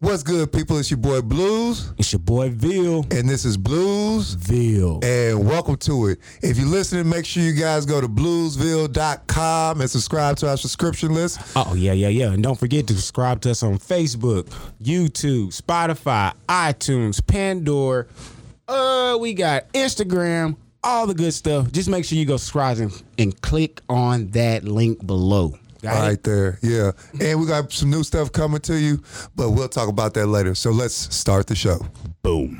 What's good, people? It's your boy Blues, It's your boy Ville. and this is Blues, Ville. and welcome to it. If you're listening, make sure you guys go to bluesville.com and subscribe to our subscription list. Oh yeah, yeah, yeah. And don't forget to subscribe to us on Facebook, YouTube, Spotify, iTunes, Pandora. Uh, we got Instagram, all the good stuff. Just make sure you go subscribe and, and click on that link below. Got it? Right there, yeah. And we got some new stuff coming to you, but we'll talk about that later. So let's start the show. Boom.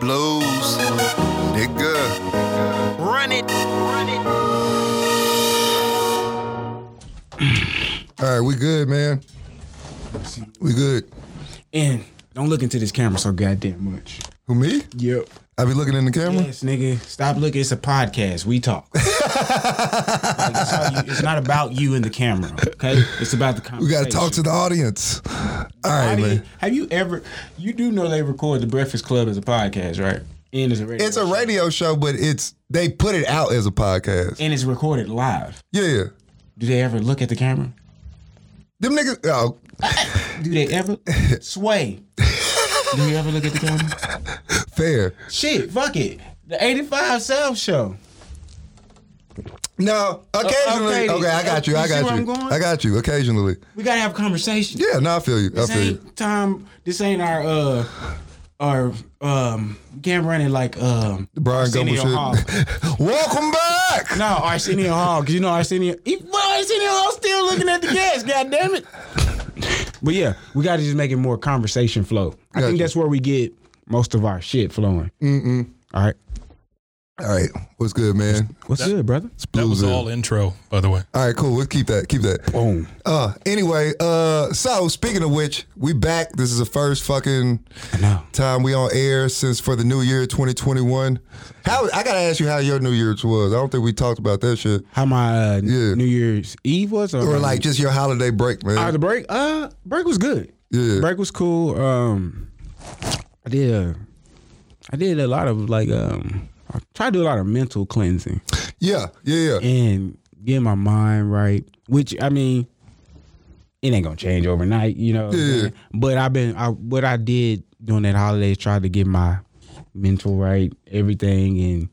Blues, nigga. Run it. Run it. All right, we good, man. We good. And don't look into this camera so goddamn much. Who me? Yep. I be looking in the camera. Yes, nigga. Stop looking. It's a podcast. We talk. Like, it's, how you- it's not about you and the camera. Okay. It's about the We conversation. gotta talk to the audience. All right, How do you- man. have you ever? You do know they record the Breakfast Club as a podcast, right? And it's a radio. It's a show. radio show, but it's they put it out as a podcast. And it's recorded live. Yeah, yeah. Do they ever look at the camera? Them niggas. Oh, Do they ever sway? Do you ever look at the camera? fair. Shit, fuck it. The 85 South Show. No, occasionally. okay, okay, I got you. I you see got where you. I'm going? I got you. Occasionally. We gotta have a conversation. Yeah, no, I feel you. I This feel you. ain't time. This ain't our uh our um game running like um Brian Gumble Arsenio Hall. shit. Welcome back. No, Arsenio Hall, because you know Arsenio. He, well, Arsenio Hall's still looking at the gas. God damn it! But yeah, we got to just make it more conversation flow. I Gotcha. think that's where we get most of our shit flowing. Mm-mm. All right, All right, what's good, man? what's good, brother? That was Blues in. all intro, by the way. All right, cool. Let's keep that. Keep that. Boom. Uh, anyway, uh, so speaking of which, we back. This is the first fucking I know. time we on air since for the new year 2021. How I gotta ask you how your new year's was. I don't think we talked about that shit. How my uh, Yeah. New Year's Eve was, Or like just your holiday break, man. Uh, the break, uh, break was good. Yeah. break was cool. Um, I did, a, I did a lot of like, um, I tried to do a lot of mental cleansing yeah, yeah, yeah. and getting my mind right. Which I mean, it ain't gonna change overnight, you know. what I'm Yeah. saying? But I've been, I what I did during that holiday is try to get my mental right, everything, and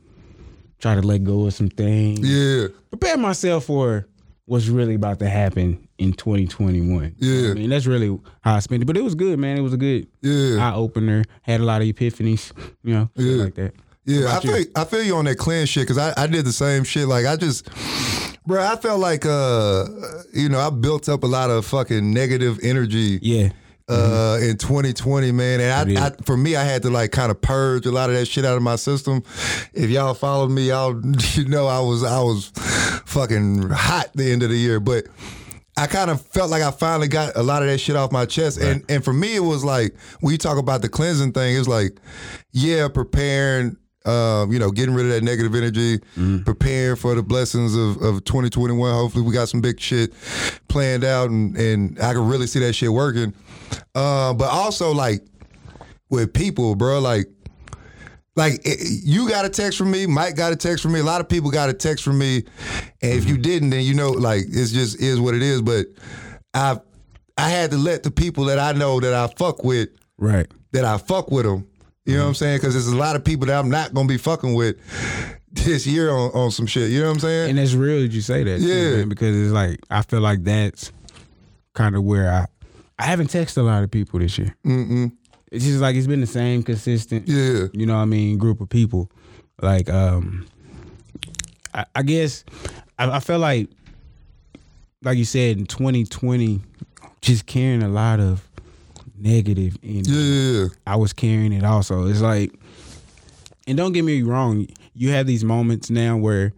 try to let go of some things. Yeah. Prepare myself for what's really about to happen in 2021. Yeah. I mean, that's really how I spent it. But it was good, man. It was a good Yeah. eye opener. Had a lot of epiphanies, you know, shit Yeah. like that. Yeah, I about you? feel I feel you on that clan shit because I, I did the same shit. Like I just, bro, I felt like uh, you know, I built up a lot of fucking negative energy Yeah. uh in 2020 man and I, I for me i had to like kind of purge a lot of that shit out of my system if y'all followed me y'all you know i was i was fucking hot the end of the year but i kind of felt like i finally got a lot of that shit off my chest and and for me it was like when you talk about the cleansing thing it's like yeah preparing um, you know, getting rid of that negative energy, preparing for the blessings of, of 2021. Hopefully, we got some big shit planned out, and, and I can really see that shit working. Uh, but also like with people, bro, like like it, you got a text from me, Mike got a text from me, a lot of people got a text from me, and if you Mm-hmm. didn't, then you know like it's just is what it is. But I I had to let the people that I know that I fuck with Right. Mm-hmm. that I fuck with them. You know what I'm saying? Because there's a lot of people that I'm not gonna be fucking with this year on, on some shit. You know what I'm saying? And it's real that you say that. too, Yeah. man, because it's like I feel like that's kind of where I I haven't texted a lot of people this year. Mm-mm. It's just like it's been the same consistent. Yeah. You know what I mean? Group of people. Like um, I, I guess I, I feel like like you said in 2020, just carrying a lot of negative energy. yeah, I was carrying it also. It's like, and don't get me wrong, you have these moments now where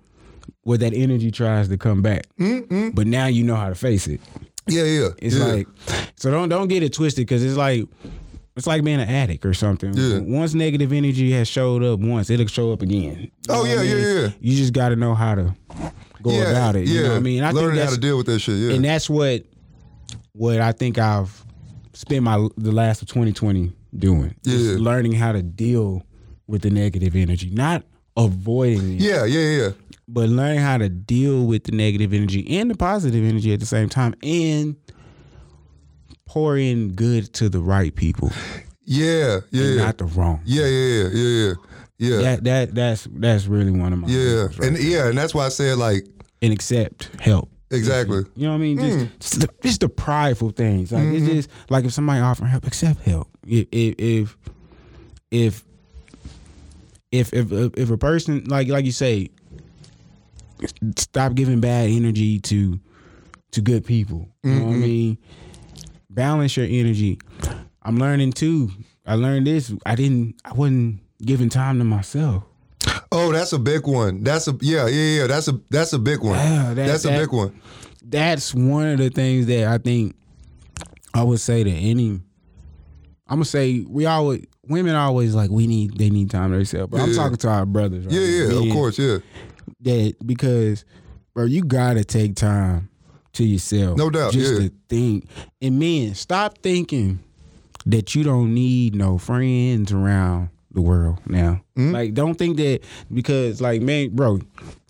where that energy tries to come back, mm but now you know how to face it. yeah, yeah. It's yeah. like, so don't don't get it twisted because it's like. It's like being an addict or something. Yeah. Once negative energy has showed up once, it'll show up again. You know Oh, what yeah, I mean? yeah, yeah. You just got to know how to go yeah, about it. Yeah, You know what I mean? I learning how that's- to deal with that shit. Yeah, and that's what what I think I've spent my the last of 2020 doing. Just Yeah. learning how to deal with the negative energy, not avoiding it, yeah, yeah, yeah. but learning how to deal with the negative energy and the positive energy at the same time, and pour in good to the right people, Yeah, yeah, and yeah. not the wrong. Yeah, yeah, yeah, yeah, yeah, yeah, That that that's that's really one of my yeah, things, right? and yeah, and that's why I said like and accept help. exactly. You know what I mean? Just, just, the, just the prideful things. Like it's just like if somebody offering help, accept help. If if if if if if, if, if a person like like you say, stop giving bad energy to to good people. You know what I mean? Balance your energy. I'm learning too. I learned this. I didn't. I wasn't giving time to myself. Oh, that's a big one. That's a yeah, yeah, yeah. That's a that's a big one. Yeah, that- that's a that- big one. that's one of the things that I think I would say to any. I'm gonna say we always women always like we need they need time to themselves, but I'm Yeah. talking to our brothers. Right Yeah, yeah, now. of course, yeah, That because, bro, you gotta take time to yourself. No doubt, Just yeah. to think, and men, stop thinking that you don't need no friends around the world now. Mm-hmm. Like, don't think that because, like, man, bro,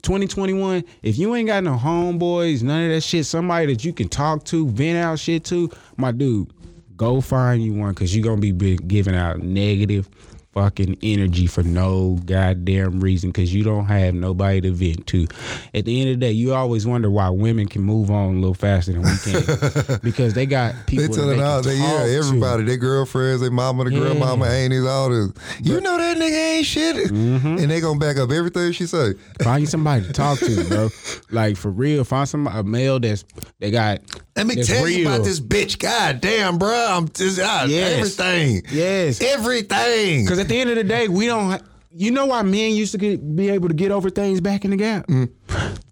2021, if you ain't got no homeboys, none of that shit, somebody that you can talk to, vent out shit to, my dude, go find you one because you're going to be big, giving out negative fucking energy for no goddamn reason because you don't have nobody to vent to. At the end of the day, you always wonder why women can move on a little faster than we can because they got people They that telling can all they yeah, talk to. everybody, their girlfriends, their mama, the grandmama, aunties, all this. You know that nigga ain't shit, Mm-hmm. and they gonna back up everything she say. Find you somebody to talk to, bro. Like for real, find some a male that's they got. Let me that's tell you real. about this bitch. God damn, bro, I'm just ah, Yes. everything, Yes, everything. because at the end of the day, we don't. ha- You know why men used to get, be able to get over things back in the gap? Mm.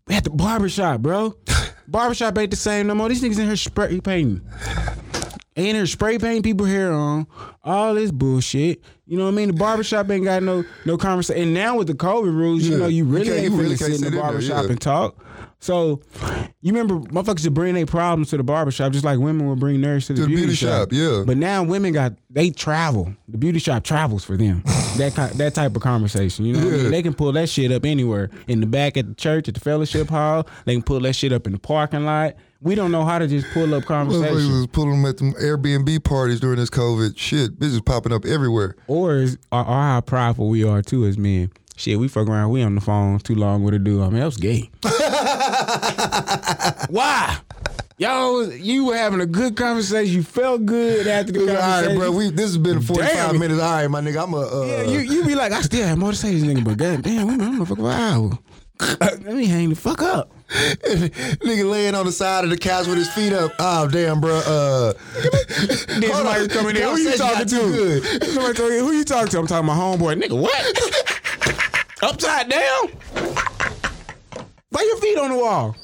We At the barbershop, bro. barbershop ain't the same no more. These niggas in here spray painting. They in here spray painting people hair on. All this bullshit. You know what I mean? The barbershop ain't got no no conversation. And now with the COVID rules, you Yeah. know, you You really can't- ain't you finna really can't sit in sit the in there, barbershop yeah. and talk. So you remember motherfuckers would bring their problems to the barbershop just like women would bring theirs to the, beauty, shop. yeah. But now women got they travel. The beauty shop travels for them. that ki- that type of conversation, you know, what I mean? Yeah. they can pull that shit up anywhere in the back at the church at the fellowship hall. They can pull that shit up in the parking lot. We don't know how to just pull up Motherfuckers conversations, was pulling them at them Airbnb parties during this COVID. Shit, bitches popping up everywhere. or is, or, or how prideful we are too as men. Shit, we fuck around. We on the phone too long with a dude. I mean, that was gay. Why? Y'all, was- you were having a good conversation. You felt good after the All conversation. right, bro. We this has been forty five Damn. minutes. All right, my nigga. I'm a uh, Yeah, you, you be like, I still have more to say to this nigga, but goddamn, we been on the fuck for an hour. Let me hang the fuck up. nigga laying on the side of the couch with his feet up. Oh damn, bro. Uh, Then Hold somebody on. coming in. Who Conversation you talking got too to? good. Somebody tell you, who you talking to? I'm talking to my homeboy. Nigga, what? Upside down? Lay your feet on the wall.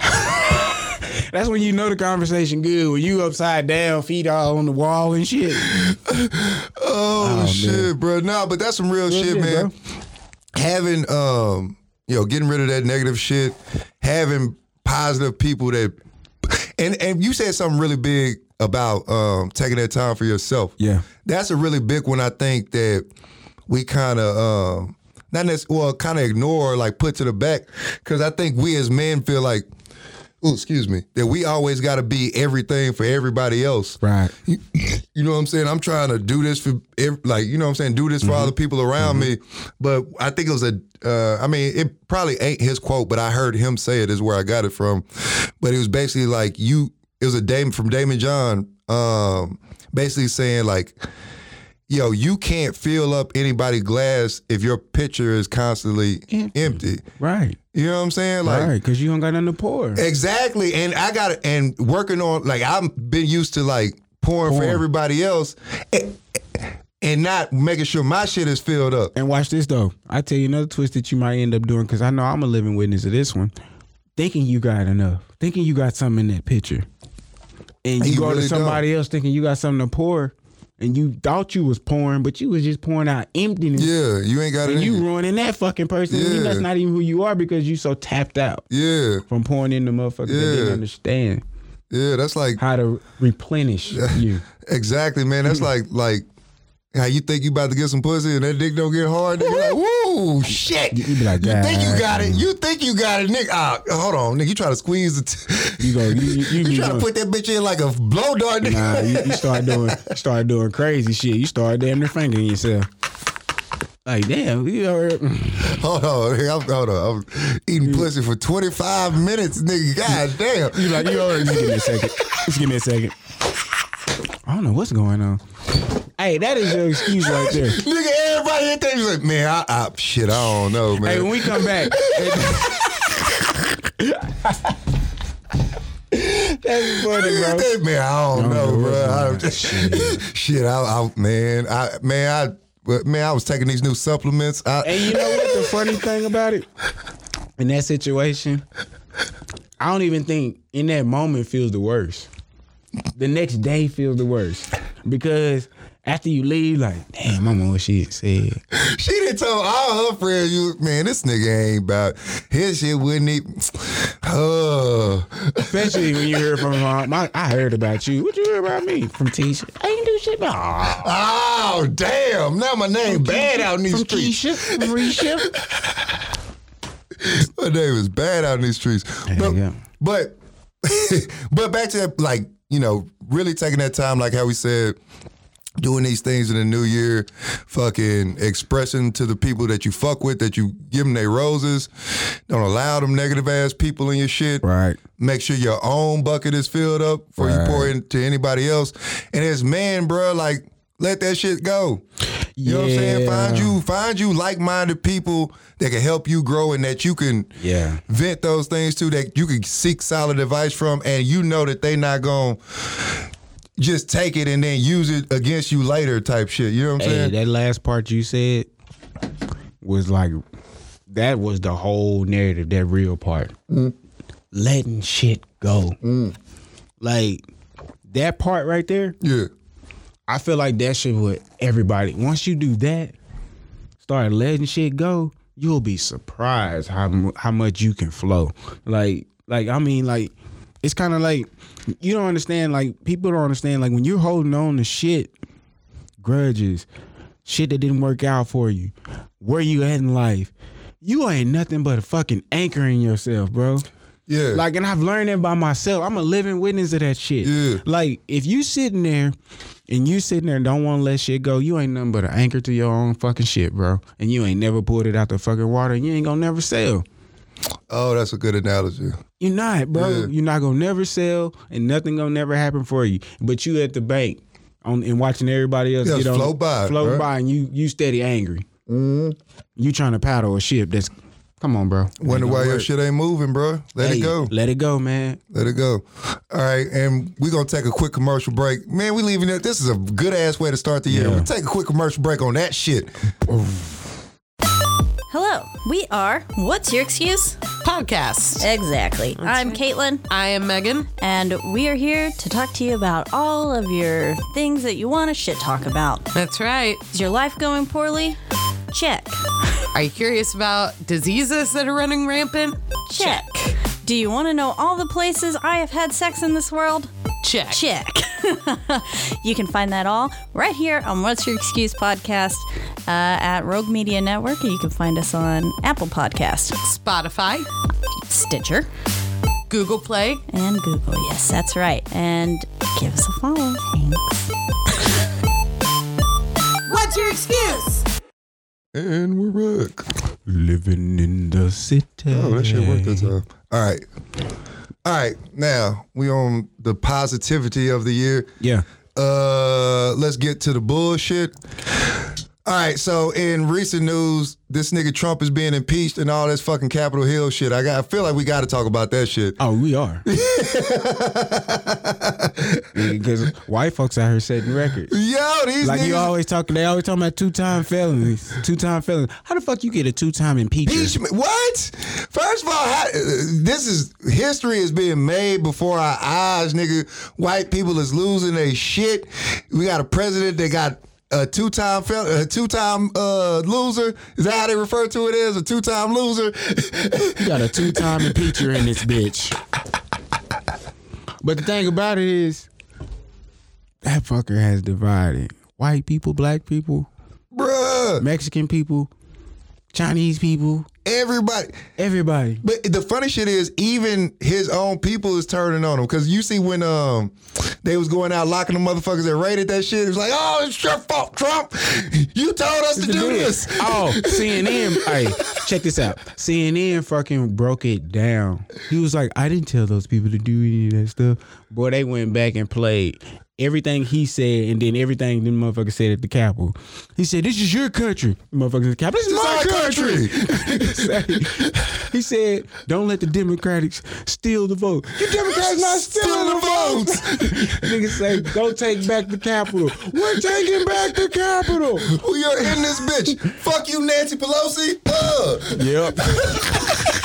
That's when you know the conversation good. When you upside down, feet all on the wall and shit. Oh, shit, bro. Nah, but that's some real, shit, shit, man. Having um, you know, getting rid of that negative shit, having positive people that and and you said something really big about um taking that time for yourself. Yeah. That's a really big one I think that we kind of um not necessarily well kind of ignore or like put to the back cuz I think we as men feel like ooh, excuse me, that we always got to be everything for everybody else. Right. You, you know what I'm saying? I'm trying to do this for ev- like you know what I'm saying. Do this for all the people around me. But I think it was a. Uh, I mean, it probably ain't his quote, but I heard him say it is where I got it from. But it was basically like you. It was a Damon from Damon John, um, basically saying like yo, you can't fill up anybody's glass if your pitcher is constantly empty. Right. You know what I'm saying? Like right. Because you don't got nothing to pour. exactly. And I got and working on like I've been used to like pouring for Pouring. everybody else and, and not making sure my shit is filled up. And watch this though. I tell you another twist that you might end up doing because I know I'm a living witness of this one. Thinking you got enough, thinking you got something in that picture, and you, You go really to somebody else thinking you got something to pour, and you thought you was pouring, but you was just pouring out emptiness. Yeah, you ain't got And it. you in you. ruining that fucking person. And Yeah. That's not even who you are because you so tapped out Yeah, from pouring in the motherfucker that didn't Yeah. understand yeah, that's like how to replenish you. exactly, man. That's like Mm-hmm. like how you think you about to get some pussy and that dick don't get hard. You're like, woo, shit. You be like, You think you "God got it? You think you got it, nigga? Ah, hold on, nigga. You try to squeeze the. T- You go. You, you, you, be you try to going- put that bitch in like a blow dart, nigga. Nah, you, you start doing you start doing crazy shit. You start damn near fingering yourself. Like damn, you already- Hold on, nigga. I'm, hold on. I'm eating pussy for 25 minutes, nigga. God damn. you like you already. Just give me a second. Just give me a second. I don't know what's going on. Hey, that is your excuse right there. Nigga, everybody in there, you like, man, I, I, shit, I don't know, man. Hey, when we come back. That's funny, Nigga, bro. they- man, I don't, I don't know, know what's bro. going on. I- shit, I, I, man, I, man, I, but, man, I was taking these new supplements. I, And you know what the funny thing about it? In that situation, I don't even think in that moment feels the worst. The next day feels the worst. Because after you leave, like, damn, I know what she said. She done told all her friends, "You man, this nigga ain't about his shit. Wouldn't he?" Oh, Especially when you hear from my, my I heard about you. What you hear about me? From Tisha. I ain't do shit about Aw. oh, damn! Now my name bad out in these From streets. Keisha. From Risha. My name is bad out in these streets. But, yeah. but, but back to that, like you know, really taking that time, like how we said. Doing these things in the new year, fucking expressing to the people that you fuck with that you give them their roses. Don't allow them negative ass people in your shit. Right. Make sure your own bucket is filled up before you pour into anybody else. And as man, bruh, like let that shit go. You know what I'm saying? Find Yeah. you, find you like-minded people that can help you grow and that you can Yeah. vent those things to that you can seek solid advice from, and you know that they not gonna just take it and then use it against you later, type shit. You know what I'm Hey, saying? that last part you said was like that was the whole narrative, that real part. Mm. Letting shit go. Like that part right there, yeah, I feel like that shit with everybody. Once you do that, start letting shit go, you'll be surprised how mu- how much you can flow. Like like I mean like it's kind of like you don't understand like people don't understand like when you're holding on to shit grudges, shit that didn't work out for you, where you at in life, you ain't nothing but a fucking anchor in yourself, bro. yeah, Like, and I've learned that by myself. I'm a living witness of that shit. Yeah. Like, if you sitting there and you sitting there and don't want to let shit go, you ain't nothing but an anchor to your own fucking shit, bro. And you ain't never pulled it out the fucking water. And you ain't gonna never sell. oh, that's a good analogy. You're not, bro. Yeah. You're not gonna never sell, and nothing gonna never happen for you. But you at the bank on and watching everybody else Just get on, float by, Mm-hmm. float right? by, and you you steady angry. You trying to paddle a ship that's, come on, bro. Wonder Ain't why gonna your work. shit ain't moving, bruh. Let Hey, it go. Let it go, man. Let it go. All right, and we're gonna take a quick commercial break. Man, we leaving it. This is a good ass way to start the year. Yeah. We'll take a quick commercial break on that shit. Hello, we are What's Your Excuse? podcast. Exactly. I'm Caitlin, I am Megan. and we are here to talk to you about all of your things that you want to shit talk about. That's right. Is your life going poorly? Check. Are you curious about diseases that are running rampant? Check. Do you want to know all the places I have had sex in this world? Check. Check. you can find that all right here on What's Your Excuse podcast uh, at Rogue Media Network. You can find us on Apple Podcast, Spotify, Stitcher, Google Play. and Google. Yes, that's right. And give us a follow. Thanks. What's your excuse? And we're back. Living in the city. Oh, that shit worked that time. All right. All right. Now we on the positivity of the year. Yeah. Uh let's get to the bullshit. All right, so in recent news, this nigga Trump is being impeached and all this fucking Capitol Hill shit. I got I feel like we gotta talk about that shit. Oh, we are. Because white folks out here setting records. Yo, these Like niggas you always talking, they always talking about two time felonies, two time felonies. How the fuck you get a two time impeachment? impeachment. What? First of all, how, uh, this is history is being made before our eyes, nigga. White people is losing their shit. We got a president that got a two-time fel- a two-time uh, loser. Is that how they refer to it as a two-time loser? You got a two time impeacher in this bitch. But the thing about it is, that fucker has divided white people, black people, Bruh, Mexican people, Chinese people, everybody. everybody. But the funny shit is, even his own people is turning on him. Cause you see when um they was going out locking the motherfuckers that raided that shit, it was like, oh, it's your fault, Trump. You told us to do this. Oh, CNN. hey, check this out. CNN fucking broke it down. He was like, I didn't tell those people to do any of that stuff. Boy, they went back and played everything he said and then everything them motherfuckers said at the Capitol. He said, This is your country. Motherfuckers at the Capitol. This is This my is our country." country. he said, Don't let the Democrats steal the vote. You Democrats not stealing the votes. Niggas say, Go take back the Capitol. We're taking back the Capitol. We are in this bitch. Fuck you, Nancy Pelosi. Uh, Yep.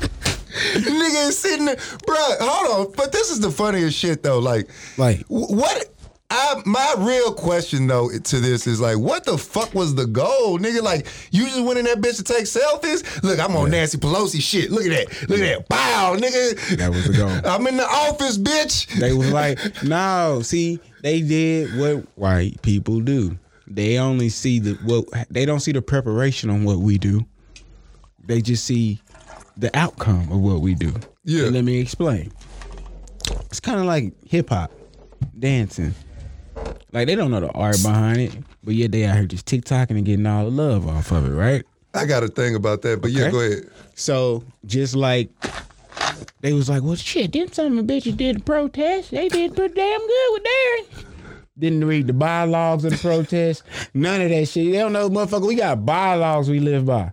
nigga is sitting there. Bruh, hold on. But this is the funniest shit, though. Like, Like- wh- what? I, my real question though to this is like, what the fuck was the goal, nigga? Like, you just went in that bitch to take selfies. Look, I'm on Nancy Pelosi shit. Look at that. Look at that. Wow, nigga. That was the goal. I'm in the office, bitch. They was like, no, see, they did what white people do. They only see the what they don't see the preparation on what we do. They just see the outcome of what we do. Yeah. And let me explain. It's kind of like hip hop, dancing. Like they don't know the art behind it, but yet they out here just TikToking and getting all the love off of it, right? I got a thing about that, but yeah, Okay. go ahead. So just like they was like, well, shit, them some of the bitches did protest. They did pretty damn good with theirs. Didn't read the bylaws of the protest. None of that shit. They don't know, motherfucker. We got bylaws we live by.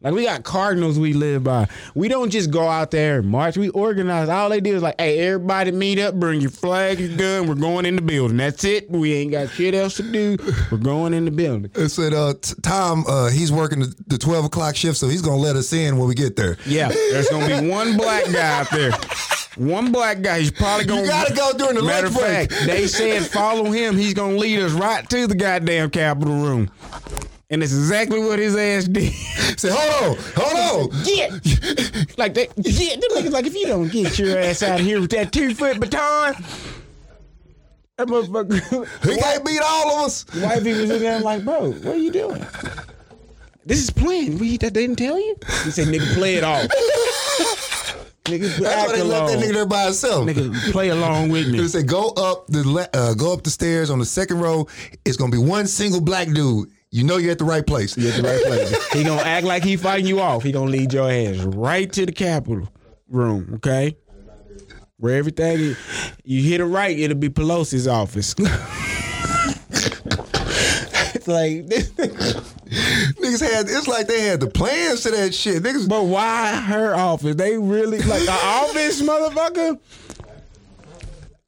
Like we got cardinals we live by. We don't just go out there and march. We organize. All they do is like, hey, everybody meet up, bring your flag, your gun. We're going in the building. That's it. We ain't got shit else to do. We're going in the building. It said, uh, t- Tom, uh, he's working the, the 12 o'clock shift, so he's gonna let us in when we get there. Yeah, there's gonna be one black guy out there. One black guy. He's probably gonna. gotta go during the matter lunch of break. fact. They said follow him. He's gonna lead us right to the goddamn Capitol room. And it's exactly what his ass did. Say, hold on, hold on. Get like that. Yeah, them niggas like if you don't get your ass out of here with that two foot baton, that motherfucker. He can't beat all of us. White people sitting there like, bro, what are you doing? This is playing. We that they didn't tell you. He said, nigga, play it off. nigga, That's why act they left that alone. nigga there by himself. Nigga, play along with They me. said, go up the le- uh, go up the stairs on the second row. It's gonna be one single black dude. You know you're at the right place. You're at the right place. He gonna act like he fighting you off. He gonna lead your ass right to the Capitol room, okay? Where everything is, you hit it right, it'll be Pelosi's office. it's like, Niggas had it's like they had the plans to that shit. Niggas but why her office? They really like the office, motherfucker.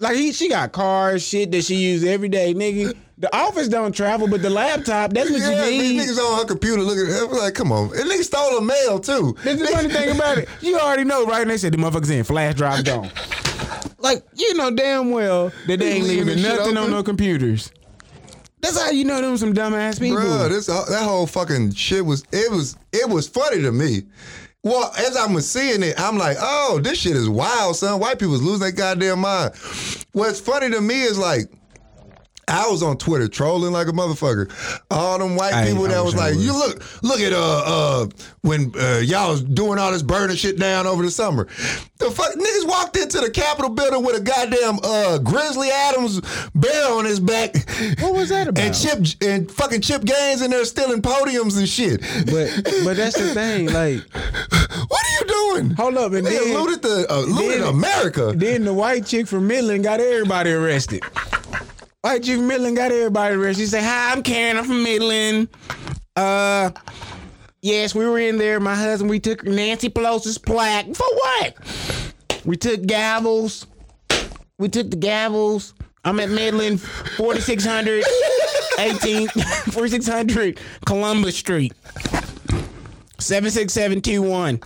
Like he, she got cars, shit that she use every day, nigga. The office don't travel, but the laptop, that's what yeah, you need. these niggas on her computer looking at it. like, come on. And niggas stole a mail too. That's the funny thing about it. You already know, right? And they said the motherfuckers in flash drive gone. Like you know damn well that they ain't Leaving leaving shit nothing on open? no computers. That's how you know them some dumbass people. Bruh, this uh, that whole fucking shit was it was it was funny to me. Well, as I'm seeing it, I'm like, oh, this shit is wild, son. White people's losing their goddamn mind. What's funny to me is like, I was on Twitter trolling like a motherfucker. All them white I ain't- people I that wish was I like, was. you look, look at uh uh when uh, y'all was doing all this burning shit down over the summer. The fuck niggas walked into the Capitol building with a goddamn uh Grizzly Adams bear on his back. What was that about? And Chip and fucking Chip Gaines in there stealing podiums and shit. But but that's the thing, like What are you doing? Hold up, and they then- looted the uh, looted then- America. then the white chick from Midland got everybody arrested. White chick from Midland got everybody arrested. She said, "Hi, I'm Karen. I'm from Midland. Uh, yes, we were in there. My husband. We took Nancy Pelosi's plaque for what? We took gavels. We took the gavels. I'm at Midland, 4600, 18, 4600 Columbus Street, 76721.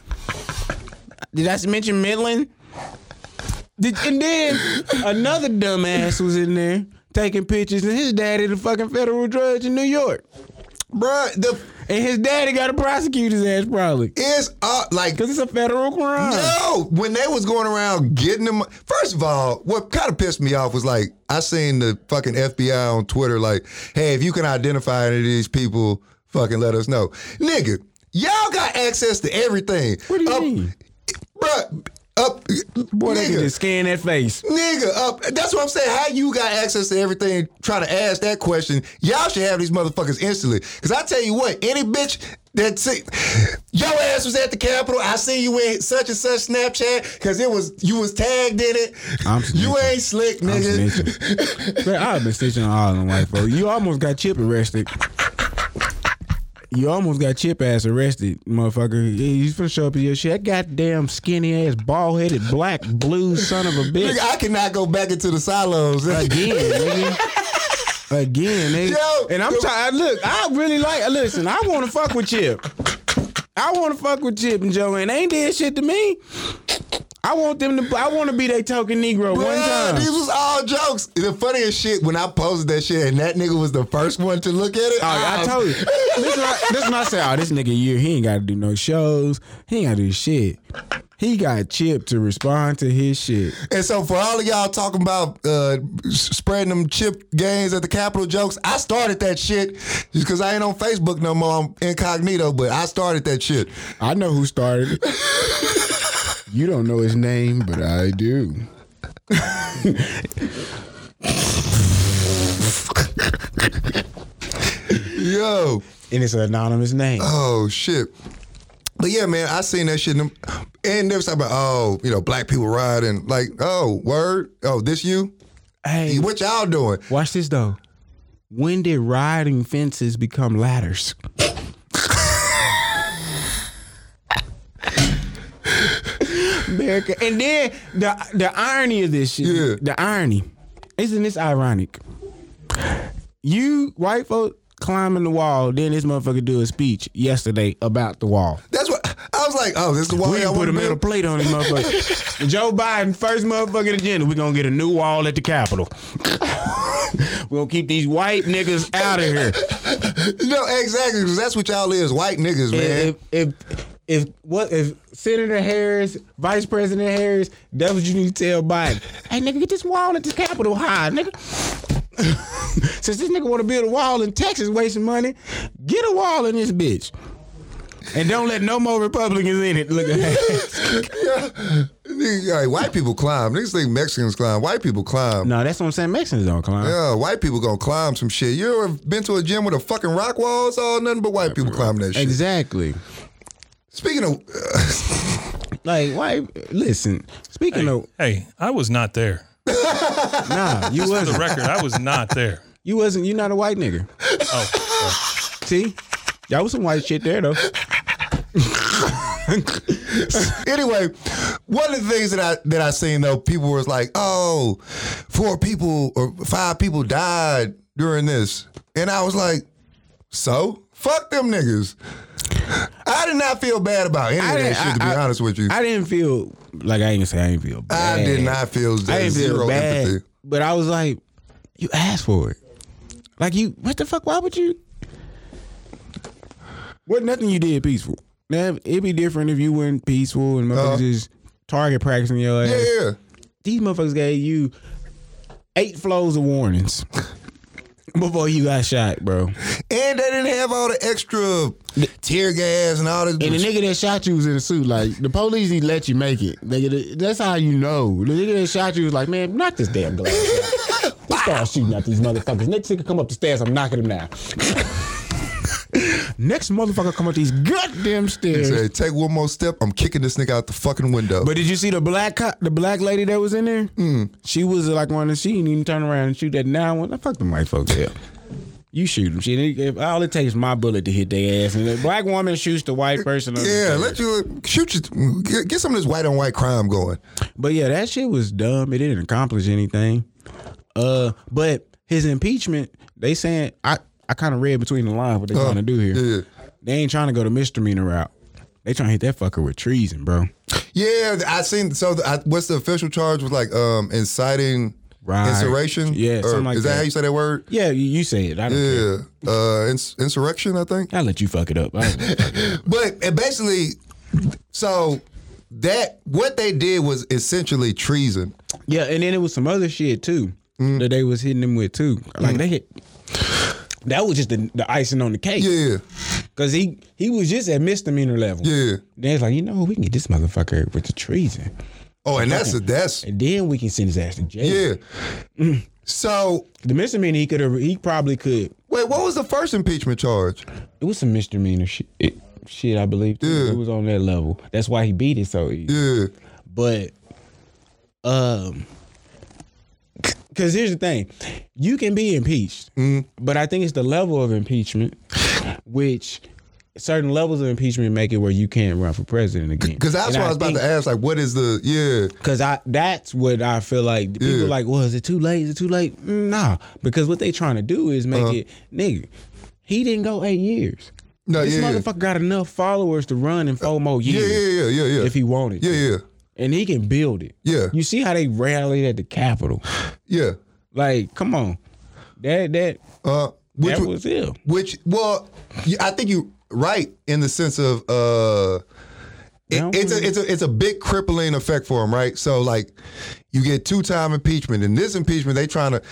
Did I mention Midland? Did, and then another dumbass was in there taking pictures, and his daddy the fucking federal judge in New York, Bruh, the and his daddy got to prosecute his ass probably is uh, like because it's a federal crime. No, when they was going around getting them. First of all, what kind of pissed me off was like I seen the fucking FBI on Twitter like, "Hey, if you can identify any of these people, fucking let us know, nigga." Y'all got access to everything. What do you up, mean? bruh? Up, Boy, they can nigga. just scan that face. Nigga, up. That's what I'm saying. How you got access to everything? Trying to ask that question. Y'all should have these motherfuckers instantly. Cause I tell you what, any bitch that see, your ass was at the Capitol. I see you in such and such Snapchat. Cause it was you was tagged in it. I'm you snitching. ain't slick, I'm nigga. snitching. Man, I've been snitching on all them white folks. You almost got Chip arrested. You almost got Chip ass arrested, motherfucker. He's finna show up in your shit. That goddamn skinny ass, bald headed, black, blue son of a bitch. Nigga, I cannot go back into the silos. again, nigga. Again, nigga. Yo, and I'm the- trying. Look, I really like. Listen, I want to fuck with Chip. I want to fuck with Chip and Joanne. They ain't did shit to me. I want them to. I want to be their token Negro one Bruh, These time. was all jokes. The funniest shit when I posted that shit and that nigga was the first one to look at it. I, I told you. This is what I- this is what I said. Oh, this nigga year, he ain't got to do no shows. He ain't got to do shit. He got Chip to respond to his shit. And so for all of y'all talking about uh, s- spreading them chip gains at the Capitol jokes, I started that shit just because I ain't on Facebook no more. I'm incognito, but I started that shit. I know who started it. you don't know his name, but I do. Yo, And it's an anonymous name. oh shit. But yeah, man, I seen that shit. And, them- and they was talking about, oh, you know, black people riding. Like, oh, word. Oh, this you? Hey, What y'all doing? Watch this though. When did riding fences become ladders? America. And then the the irony of this shit. Yeah. The irony. Isn't this ironic? You white folk climbing the wall, then this motherfucker do a speech yesterday about the wall. That's what I was like, oh, this is the wall We y'all can put wanna a metal build? plate on this motherfucker. Joe Biden, first motherfucking agenda, we're gonna get a new wall at the Capitol. we're gonna keep these white niggas out of here. No, exactly, because that's what y'all is, white niggas, man. If, if if what if Senator Harris, Vice President Harris, that's what you need to tell Biden. Hey nigga, get this wall at the Capitol high, nigga. Since this nigga wanna build a wall in Texas, wasting money, get a wall in this bitch. And don't let no more Republicans in it. Look at that. Nigga, like, white people climb. Niggas think Mexicans climb. White people climb. No, that's what I'm saying. Mexicans don't climb. Yeah, white people gonna climb some shit. You ever been to a gym with a fucking rock wall? It's all nothing but white people climbing that shit. Exactly. Speaking of, Like, why? Listen. Speaking of, Hey, I was not there. nah, you For the wasn't. record, I was not there. You wasn't. You not a white nigga. Oh, See, y'all was some white shit there though. anyway, one of the things that I that I seen though, people was like, "Oh, four people or five people died during this," and I was like, "So." Fuck them niggas. I did not feel bad about any of that shit, to be honest with you. I, I didn't feel like I ain't gonna say I didn't feel bad. did not feel zero I didn't feel bad. empathy. But I was like, you asked for it. Like you, what the fuck? Why would you? What nothing you did peaceful. Now it'd be different if you went peaceful and motherfuckers Uh-huh. just target practicing your ass. Yeah, yeah. these motherfuckers gave you eight flows of warnings. before you got shot, bro. And they didn't have all the extra tear gas and all this. And the nigga that shot you was in a suit. Like the police, he let you make it. Nigga, that's how you know. The nigga that shot you was like, man, knock this damn glass. out." We start shooting at these motherfuckers. Next nigga come up the stairs, I'm knocking him down. Next motherfucker come up these goddamn He stairs. said, take one more step, I'm kicking this nigga out the fucking window. But did you see the black co- the black lady that was in there? Mm. She was like one, and she didn't even turn around and shoot that nine one. Fuck them white folks yeah. You shoot them. She, if all it takes is my bullet to hit their ass, and the black woman shoots the white person. on the yeah, face. let you shoot you. Get, get some of this white on white crime going. But yeah, that shit was dumb. It didn't accomplish anything. Uh, but his impeachment, they saying I I kind of read between the lines what they trying to do here. Uh, yeah. They ain't trying to go the misdemeanor route. They trying to hit that fucker with treason, bro. Yeah, I seen. So, the, I, what's the official charge? Was like um inciting Right. insurrection. Yeah, Or something like is that, that. how you say that word? Yeah, you, you say it. I don't care. Yeah, uh, ins- insurrection. I think. I let you fuck it up. I don't- But and basically, so that what they did was essentially treason. Yeah, and then it was some other shit too Mm. that they was hitting them with too. Like they hit. That was just the, the icing on the cake. Yeah, Cause he he was just at misdemeanor level. yeah. Then it's like you know we can get this motherfucker with the treason, Oh, and that's a, that's and then we can send his ass to jail. yeah. So The misdemeanor he could have he probably could. wait, what was the first impeachment charge? It was some misdemeanor shit. Shit, I believe. too. Yeah. It was on that level. That's why he beat it so easy. Yeah, But um because here's the thing. You can be impeached, Mm-hmm. but I think it's the level of impeachment, which certain levels of impeachment make it where you can't run for president again. because that's And what I was about to ask. Like, what is the yeah? Cause I that's what I feel like. People Yeah. like, well, is it too late? Is it too late? Mm, Nah. Because what they trying to do is Uh-huh. make it nigga, he didn't go eight years. No, this yeah, yeah. motherfucker got enough followers to run in four more Yeah, years yeah, yeah, yeah, yeah. if he wanted. yeah, to yeah, and he can build it. Yeah. You see how they rallied at the Capitol? yeah. Like, come on. That that Uh, which that wa- was ill. Which, well, you- I think you're right in the sense of uh, it- Now it's a we- it's a it's a big crippling effect for him, right? So like, you get two time impeachment, and this impeachment they trying to,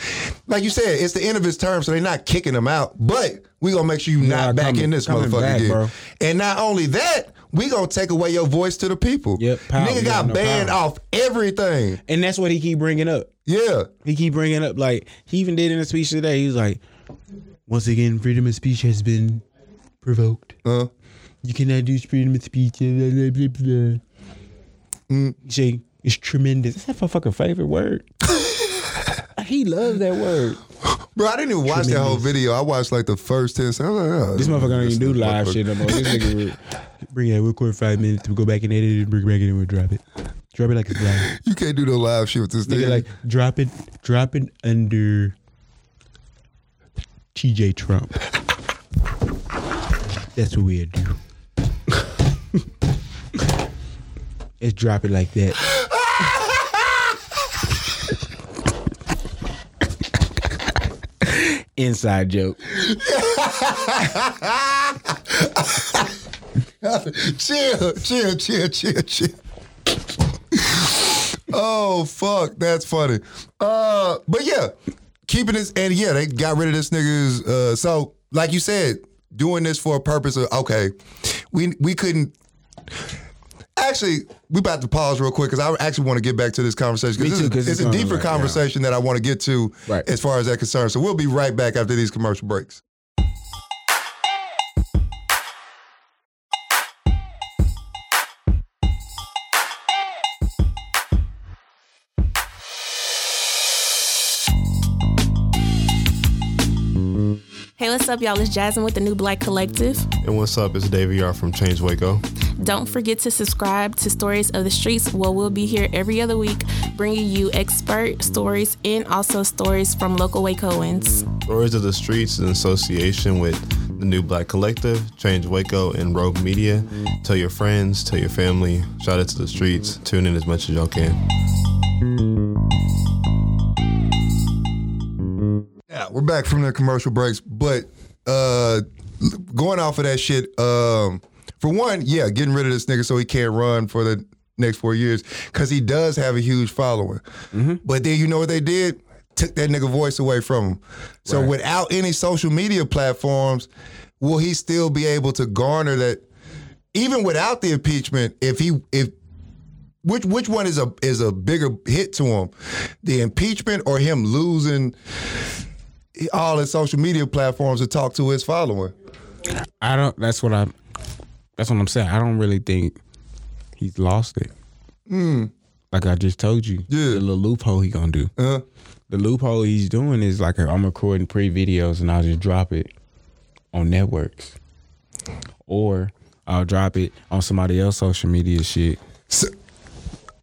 like you said, it's the end of his term, so they're not kicking him out, but we gonna make sure you Nah, not back coming- in this coming motherfucker back, again. bro. And not only that, we gonna take away your voice to the people. Yep, power. nigga You got have no banned power. off everything. And that's what he keep bringing up. Yeah, He keep bringing up like he even did in a speech today. He was like, once again, freedom of speech has been provoked. uh, You cannot do freedom of speech. Blah, blah, blah, blah. Jay, it's tremendous. Is that my fucking favorite word? he loves that word. bro, I didn't even watch that whole video. I watched like the first ten seconds. I was like, oh, This motherfucker don't even do live motherfucker. shit no more. This nigga would bring it. We'll record five minutes. We'll go back and edit it. Bring it back in and we'll drop it. Drop it like it's live. You can't do no live shit with this Nigga, nigga. like drop it, drop it under TJ Trump. That's what we'll do. Let's drop it like that. Inside joke. chill, chill, chill, chill, chill. oh fuck, that's funny. Uh, but yeah, keeping this and yeah, they got rid of this niggas. Uh, so like you said, doing this for a purpose of okay, we we couldn't. Actually, we about to pause real quick because I actually want to get back to this conversation Me because too, 'cause it's, it's a going deeper right now. conversation that I want to get to Right. as far as that concerned. So we'll be right back after these commercial breaks. Hey, what's up, y'all? It's Jasmine with the New Black Collective. And what's up? It's Davey R from Change Waco. Don't forget to subscribe to Stories of the Streets, where we'll be here every other week bringing you expert stories and also stories from local Wacoans. Stories of the Streets in association with the New Black Collective, Change Waco, and Rogue Media. Tell your friends, tell your family. Shout out to the streets. Tune in as much as y'all can. Yeah, we're back from the commercial breaks, but uh going off of that shit, um, for one, yeah, getting rid of this nigga so he can't run for the next four years because he does have a huge following. But then you know what they did? took that nigga voice away from him. So Right. without any social media platforms, will he still be able to garner that? Even without the impeachment, if he if which which one is a is a bigger hit to him, the impeachment or him losing all his social media platforms to talk to his following? I don't. That's what I. That's what I'm saying. I don't really think he's lost it. Like I just told you, Hmm. yeah. Uh-huh. The little loophole he gonna do. The loophole he's doing is like I'm recording pre videos and I'll just drop it on networks, or I'll drop it on somebody else's social media shit,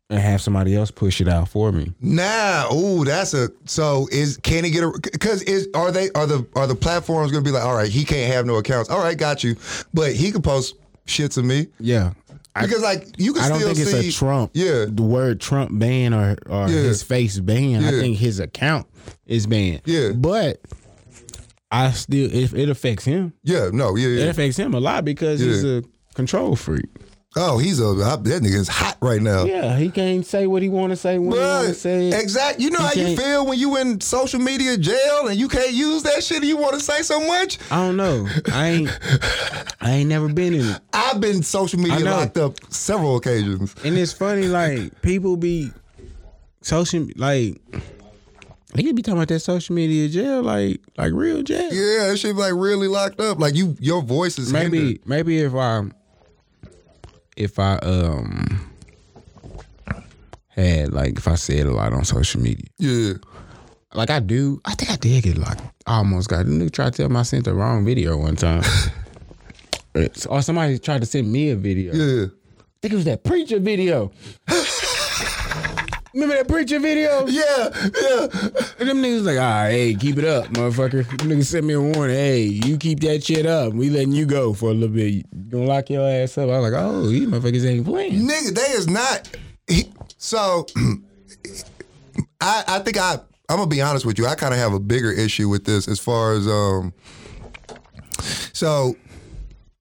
and have somebody else push it out for me. Nah, ooh, that's a so is can he get a because is are they are the are the platforms gonna be like all right he can't have no accounts all right got you but he could post shit to me Yeah. because like you can I don't still think see it's a Trump. Yeah, the word Trump ban or or Yeah. his face ban. I Yeah. think his account is banned. Yeah, but I still if it affects him. Yeah, no, yeah, it affects him a lot because he's Yeah. a control freak. oh he's a I- that nigga is hot right now Yeah, he can't say what he want to say when he want to say it. exact you know He how you can't- feel when you in social media jail and you can't use that shit and you want to say so much I don't know. I ain't. I ain't never been in it. I've been social I media know. locked up several occasions And it's funny, like people be social, like they could be talking about that social media jail, like like real jail. yeah that shit like really locked up like you your voice is maybe hindered. maybe if I if I um had like if I said a lot on social media. Yeah. Like I do, I think I did get locked. I almost got. The nigga tried to tell me I sent the wrong video one time, It's- or somebody tried to send me a video. Yeah, I think it was that preacher video. Remember that preacher video? Yeah, yeah. And them niggas like, all right, hey, keep it up, motherfucker. Them niggas sent me a warning. Hey, you keep that shit up. We letting you go for a little bit. You gonna lock your ass up. I was like, oh, these motherfuckers ain't playing. Nigga, they is not. he- so, I I think I I'm gonna be honest with you. I kind of have a bigger issue with this as far as um. So,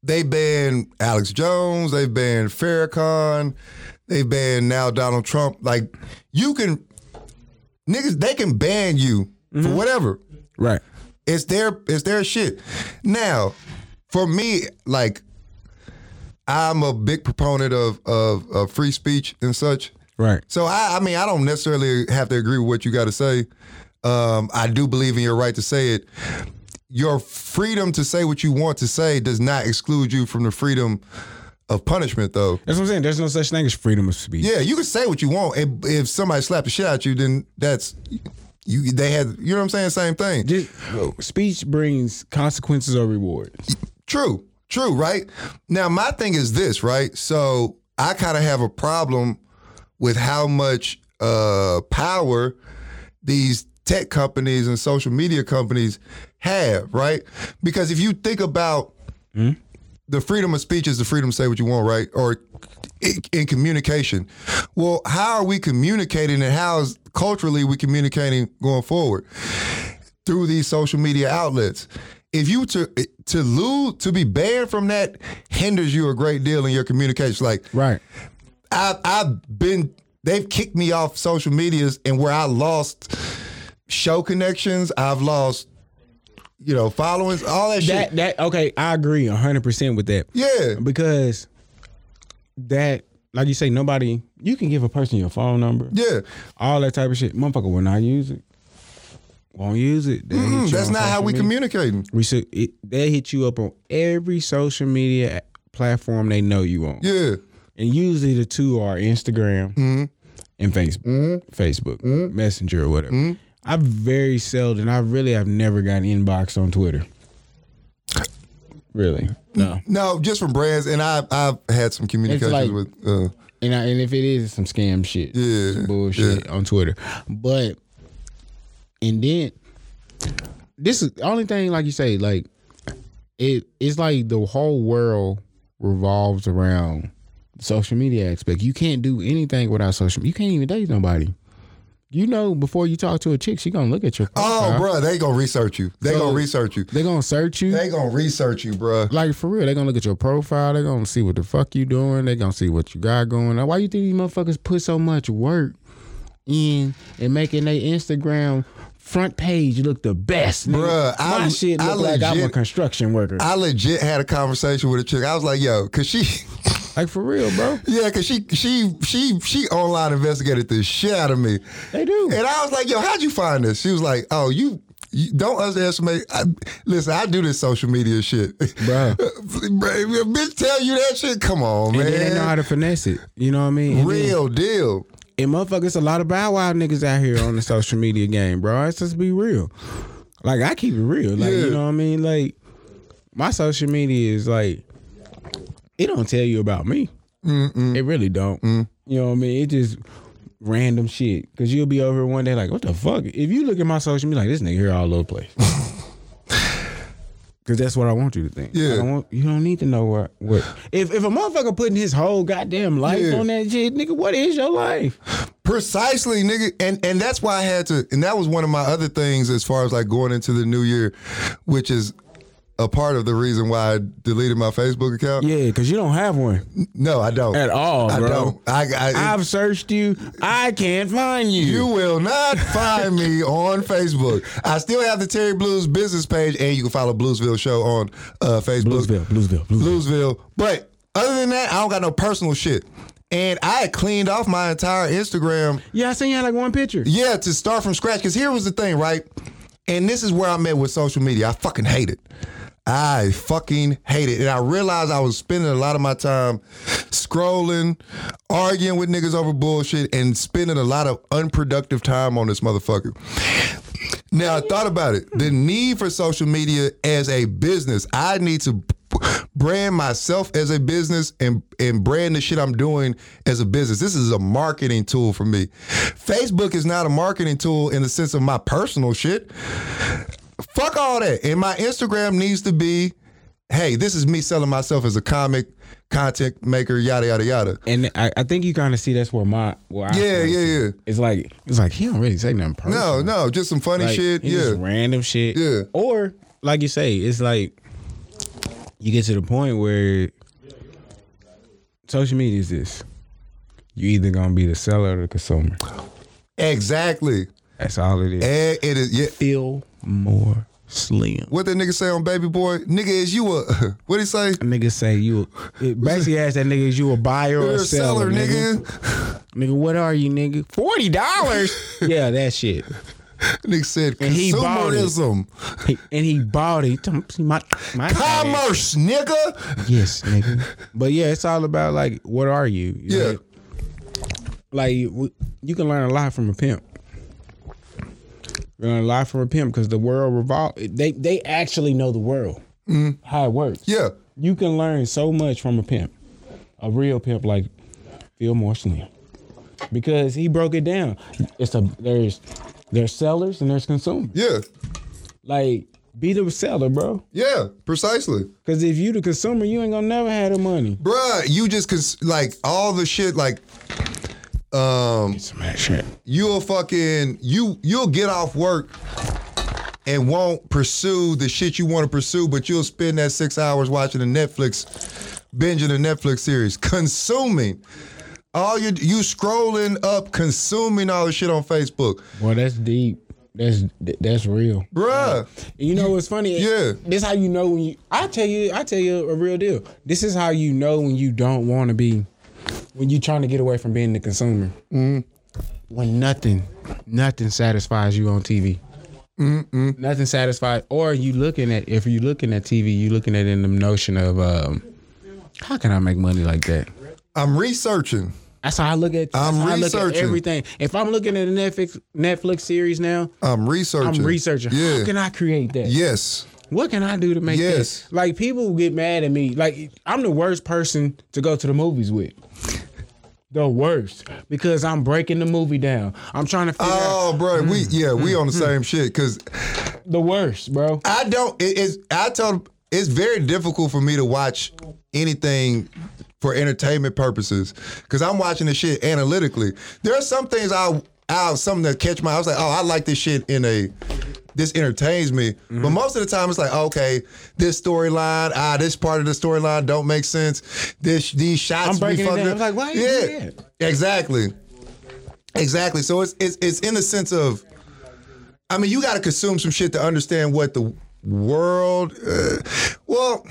they banned Alex Jones. They banned Farrakhan. They banned now Donald Trump. Like you can, niggas, they can ban you for whatever. Right. It's their it's their shit. Now, for me, like I'm a big proponent of of, of free speech and such. Right. So I, I mean, I don't necessarily have to agree with what you got to say. Um, I do believe in your right to say it. Your freedom to say what you want to say does not exclude you from the freedom of punishment, though. That's what I'm saying. There's no such thing as freedom of speech. Yeah, you can say what you want. If, if somebody slapped the shit out you, then that's you. They had, you know what I'm saying? Same thing. Just, speech brings consequences or rewards. True, true, right? Now, my thing is this, right? So I kind of have a problem with how much uh, power these tech companies and social media companies have, right? Because if you think about the freedom of speech is the freedom to say what you want, right? Or in, in communication. Well, how are we communicating and how is culturally we communicating going forward? Through these social media outlets. If you to to lose to be banned from that hinders you a great deal in your communication. Like Right. I I've been they've kicked me off social medias and where I lost show connections, I've lost you know followings, all that, shit. That that okay, I agree 100% with that. Yeah. Because that like you say nobody you can give a person your phone number. Yeah. All that type of shit. Motherfucker will not use it. Won't use it. They'll hit Mm, you that's on not how social we media. communicating. We should it, they hit you up on every social media platform they know you on. Yeah. Mm-hmm. And usually the two are Instagram and Facebook, Facebook Messenger or whatever. Mm-hmm. I very seldom, I really have never gotten inbox on Twitter. Really, no. No, just from brands, and I I've had some communications like- with. Uh, And I, and if it is it's some scam shit, Yeah, some bullshit on Twitter. But and then this is the only thing like you say, like it it's like the whole world revolves around social media aspect. You can't do anything without social. You can't even date nobody. You know, before you talk to a chick, she gonna look at your. oh, profile. bruh, they gonna research you. They Uh-huh. So- gonna research you. They gonna search you. They gonna research you, bruh. like for real, they gonna look at your profile. They gonna see what the fuck you doing. They gonna see what you got going. on. Why you think these motherfuckers put so much work in and making their Instagram front page look the best. nigga. Bruh, I- my shit I look like I'm a legit- construction worker. I legit had a conversation with a chick. I was like, yo, cause she like for real, bro. Yeah, cause she she she she online investigated the shit out of me. They do. And I was like, yo, how'd you find this? She was like, oh, you, you don't underestimate. I, listen, I do this social media shit. Bruh. Bruh, if a bitch tell you that shit? Come on, And man. then they know how to finesse it. You know what I mean? And then- Real deal. And motherfuckers, a lot of bow wow niggas out here on the social media game, bro. Let's just be real. Like I keep it real. Like Yeah. you know what I mean? Like my social media is like it don't tell you about me. It really don't. Mm. You know what I mean? It just random shit. Cause you'll be over one day like, what the fuck? If you look at my social media, like this nigga here all over the place. Cause that's what I want you to think. I Yeah. don't want- you don't need to know what. What if if a motherfucker putting his whole goddamn life Yeah. on that shit, nigga? What is your life? Precisely, nigga. And and that's why I had to and that was one of my other things as far as like going into the new year, which is a part of the reason why I deleted my Facebook account. Yeah, because you don't have one No, I don't. at all, I bro. don't. I, I, have searched you. I can't find you. You will not find me on Facebook. I still have the Terry Blues business page, and you can follow Bluesville Show on uh, Facebook. Bluesville, Bluesville, Bluesville. Bluesville. But other than that, I don't got no personal shit. And I had cleaned off my entire Instagram. Yeah, I seen you had like one picture. Yeah, to start from scratch. Because here was the thing, right? And this is where I met with social media. I fucking hate it. I fucking hate it. And I realized I was spending a lot of my time scrolling, arguing with niggas over bullshit, and spending a lot of unproductive time on this motherfucker. Now I thought about it. The Hmm. need for social media as a business. I need to brand myself as a business and and brand the shit I'm doing as a business. This is a marketing tool for me. Facebook is not a marketing tool in the sense of my personal shit. Fuck all that. And my Instagram needs to be, hey, this is me selling myself as a comic, content maker, yada yada yada. And I, I think you kind of see that's where my where I Yeah, started. yeah, yeah. It's like it's like he don't really say nothing No, personal. no, just some funny Like, shit. it's just Yeah. random shit. Yeah. Or like you say, it's like you get to the point where social media is this. You either gonna be the seller or the consumer. Exactly. That's all it is. And it is yeah. Feel more slim. What that nigga say on Baby Boy? Nigga, is you a what he say? Niggas say you it basically asked that nigga is you a buyer or You're a seller, nigga. nigga. nigga. what are you, nigga? Forty dollars. yeah, that shit. Nigga said And he bought it. consumerism, He- and he bought it. He told me, "See, My, my commerce, nigga. Yes, nigga. But yeah, it's all about like what are you? You Yeah. know, Like w- you can learn a lot from a pimp. You learn a lot from a pimp because the world revolve. They they actually know the world, how it works. Yeah, You can learn so much from a pimp, a real pimp like Phil Slim, because he broke it down. It's a there's there's sellers and there's consumers. yeah, Like be the seller, bro. yeah. Precisely, Because if you the consumer, you ain't gonna never have the money. bruh. You just cons- like all the shit. Like Smash it. you'll fucking you you'll get off work and won't pursue the shit you want to pursue, but you'll spend that six hours watching a Netflix, binging a Netflix series, consuming. All you you scrolling up, consuming all the shit on Facebook, Boy, that's deep. That's that's real. bruh. You know what's funny? Yeah. This how you know when you. I tell you, I tell you a real deal. This is how you know when you don't want to be, when you trying to get away from being the consumer. Mm-hmm. When nothing, nothing satisfies you on TV. Mm-hmm. Mm-mm. Nothing satisfies, or you looking at if you looking at TV, you looking at it in the notion of um, how can I make money like that? I'm researching. That's how I look at. that's I'm how I look at researching. everything. If I'm looking at a Netflix Netflix series now, I'm researching. I'm researching. Yeah. How can I create that? yes. What can I do to make Yes. this? Like people get mad at me. Like I'm the worst person to go to the movies with. The worst because I'm breaking the movie down. I'm trying to figure out Oh, bro. Mm. We yeah, we on the same shit because the worst, bro. I don't. It, it's I told it's very difficult for me to watch anything for entertainment purposes because I'm watching this shit analytically. There are some things I I something that catch my. I was like, oh, I like this shit in a. This entertains me, but Mm-hmm. most of the time it's like, oh, okay, this storyline, ah, this part of the storyline don't make sense. This these shots, I'm we breaking it fucked down. up. I'm like, why you Yeah, do that? exactly, exactly. So it's it's it's in the sense of I mean, you got to consume some shit to understand what the world. Uh, well,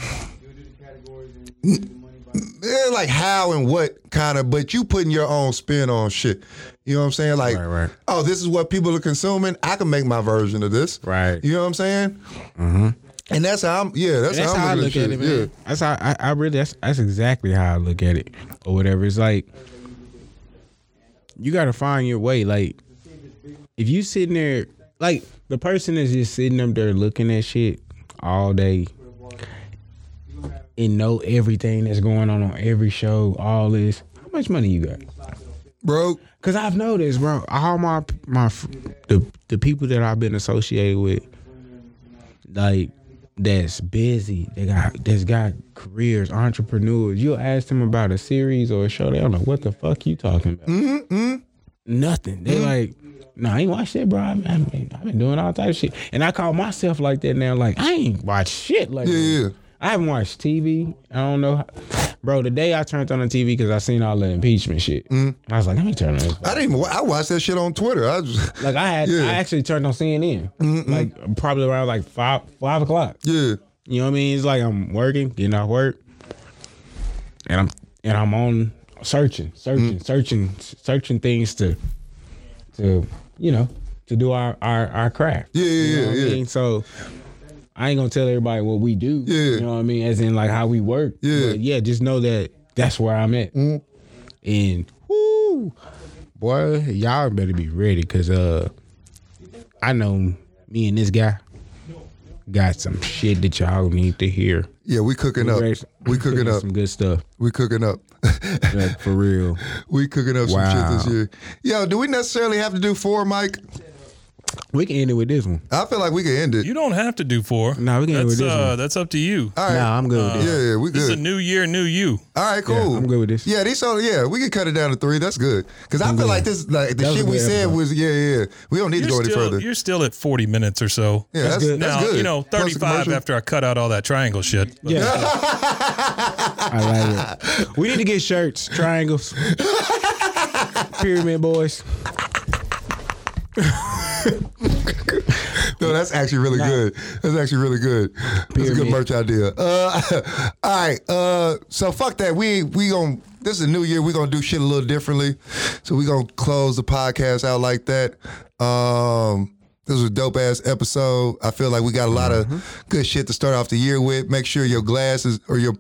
yeah, like how and what kind of, but you putting your own spin on shit. You know what I'm saying? Like, Right, right. oh, this is what people are consuming. I can make my version of this. Right. You know what I'm saying? Mm-hmm. And that's how I'm. Yeah, that's, that's how I I'm look at it, man. shit. Yeah. That's how I, I really that's that's exactly how I look at it or whatever. It's like you got to find your way. Like if you sitting there, like the person is just sitting up there looking at shit all day and know everything that's going on on every show, all this. How much money you got? Bro, Cause I've noticed, bro, all my my f- the the people that I've been associated with, like that's busy, they got that's got careers, entrepreneurs. You'll ask them about a series or a show, they don't know what the fuck you talking about. Mm-hmm. Nothing. They like, no, nah, I ain't watch that, bro. I mean, I mean, I've been doing all type of shit, and I call myself like that now. Like I ain't watch shit like Yeah, that. yeah. I haven't watched TV. I don't know, how- bro. The day I turned on the TV because I seen all the impeachment shit, I was like, let me turn on this. Mm-hmm. I didn't even. wa- I watched that shit on Twitter. I just, Like I had, Yeah. Mm-hmm. I actually turned on CNN, like probably around like five five o'clock. yeah. You know what I mean? It's like I'm working, getting off work, and I'm and I'm on searching, searching, Mm. searching, searching things to to you know to do our our, our craft. Yeah, yeah, You know yeah, what I yeah. mean? So I ain't gonna tell everybody what we do. Yeah. you know what I mean? As in like how we work. Yeah. Mm-hmm. But yeah. Just know that that's where I'm at, and whoo, boy, y'all better be ready, cause uh, I know me and this guy got some shit that y'all need to hear. Yeah, we cooking up. Raised- We cooking up. some good stuff. We cooking up. Like for real. we cooking up some shit Wow. this year. Yo, do we necessarily have to do four, Mike? We can end it with this one. I feel like we can end it. You don't have to do four. Nah, we can end that's, with this uh, one. that's up to you. All right. Uh, Nah, I'm good with this. yeah, yeah, we This is a good. new year, new you. All right, cool. I'm good with this. Yeah, these all yeah, we can cut it down to three. That's good. Cause I feel like this like the That was shit a we good said episode. was yeah, yeah. We don't need You're to go any still, further. Yeah, you're still at 40 minutes or so. that's that's good. now, you know, Plus the 35 commercial. after I cut out all that triangle shit. But Yeah. I like it. We need to get shirts, triangles, pyramid boys. No, that's actually really good. That's actually really good. That's a good Pyramid. merch idea. Uh, all right. Uh, so fuck that. We we gonna this is a new year. We're gonna do shit a little differently. So we gonna close the podcast out like that. Um this was a dope ass episode. I feel like we got a lot of good shit to start off the year with. Make sure your glasses or your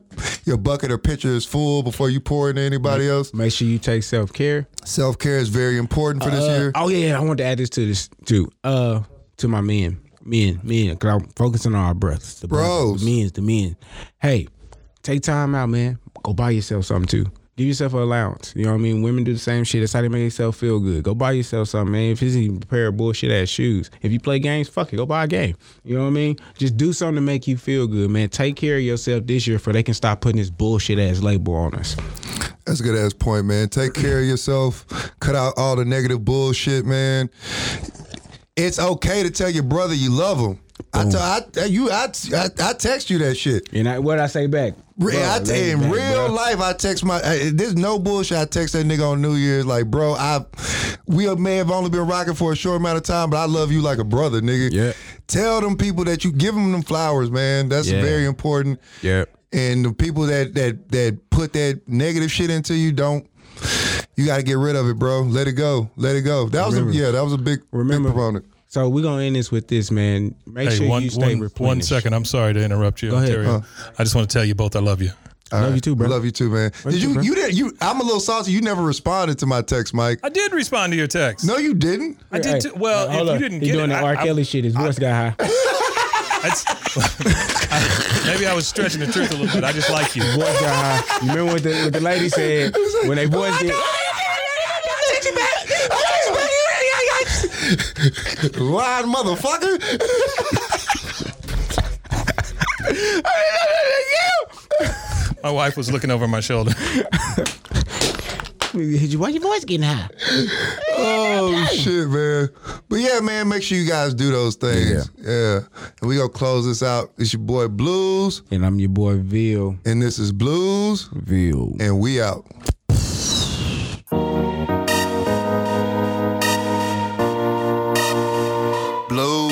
your bucket or pitcher is full before you pour into anybody else. Make sure you take self care. Self care is very important for this Uh, year. Oh yeah, I want to add this to this too. Uh, to my men, men, men. Cause I'm focusing on our breaths, the Bros. brothers, the men's, the men. Hey, take time out, man. Go buy yourself something too. Give yourself an allowance. You know what I mean? Women do the same shit. That's how they make themselves feel good. Go buy yourself something, man. If it's even a pair of bullshit ass shoes. If you play games, fuck it. Go buy a game. You know what I mean? Just do something to make you feel good, man. Take care of yourself this year for they can stop putting this bullshit ass label on us. That's a good ass point, man. Take care of yourself. Cut out all the negative bullshit, man. It's okay to tell your brother you love him. I tell I you I, I I text you that shit. And I, what I say back? Re- I Bruh, t- lay in back, real bruh. life, I text my. I, there's no bullshit. I text that nigga on New Year's like, bro, I we may have only been rocking for a short amount of time, but I love you like a brother, nigga. Yeah. Tell them people that you give them them flowers, man. That's Yeah. very important. Yeah. And the people that that that put that negative shit into you don't. You got to get rid of it, bro. Let it go. Let it go. That was a, Remember- yeah. That was a big remember- big proponent. So we're gonna end this with this, man. Make Hey, sure one, you stay one, replenished. one second. I'm sorry to interrupt you. Go ahead. Terry. I just want to tell you both I love you. Love you too, bro. Love you too, man. Love Did you, you bro. you did you? I'm a little salty. You never responded to my text, Mike. I did respond to your text. No, you didn't. I did too. Well, if you didn't he get doing it, the I- R. I- Kelly shit. His voice got high. That's- I- maybe I was stretching the truth a little bit. I just like you. Voice got high. You remember what the, what the lady said when they voice get Lying motherfucker. My wife was looking over my shoulder. Why your voice getting high? Oh shit, man. But yeah, man, make sure you guys do those things. Yeah. And we gonna close this out. It's your boy Blues, And I'm your boy Ville. and this is Blues, Ville. and we out. Blues.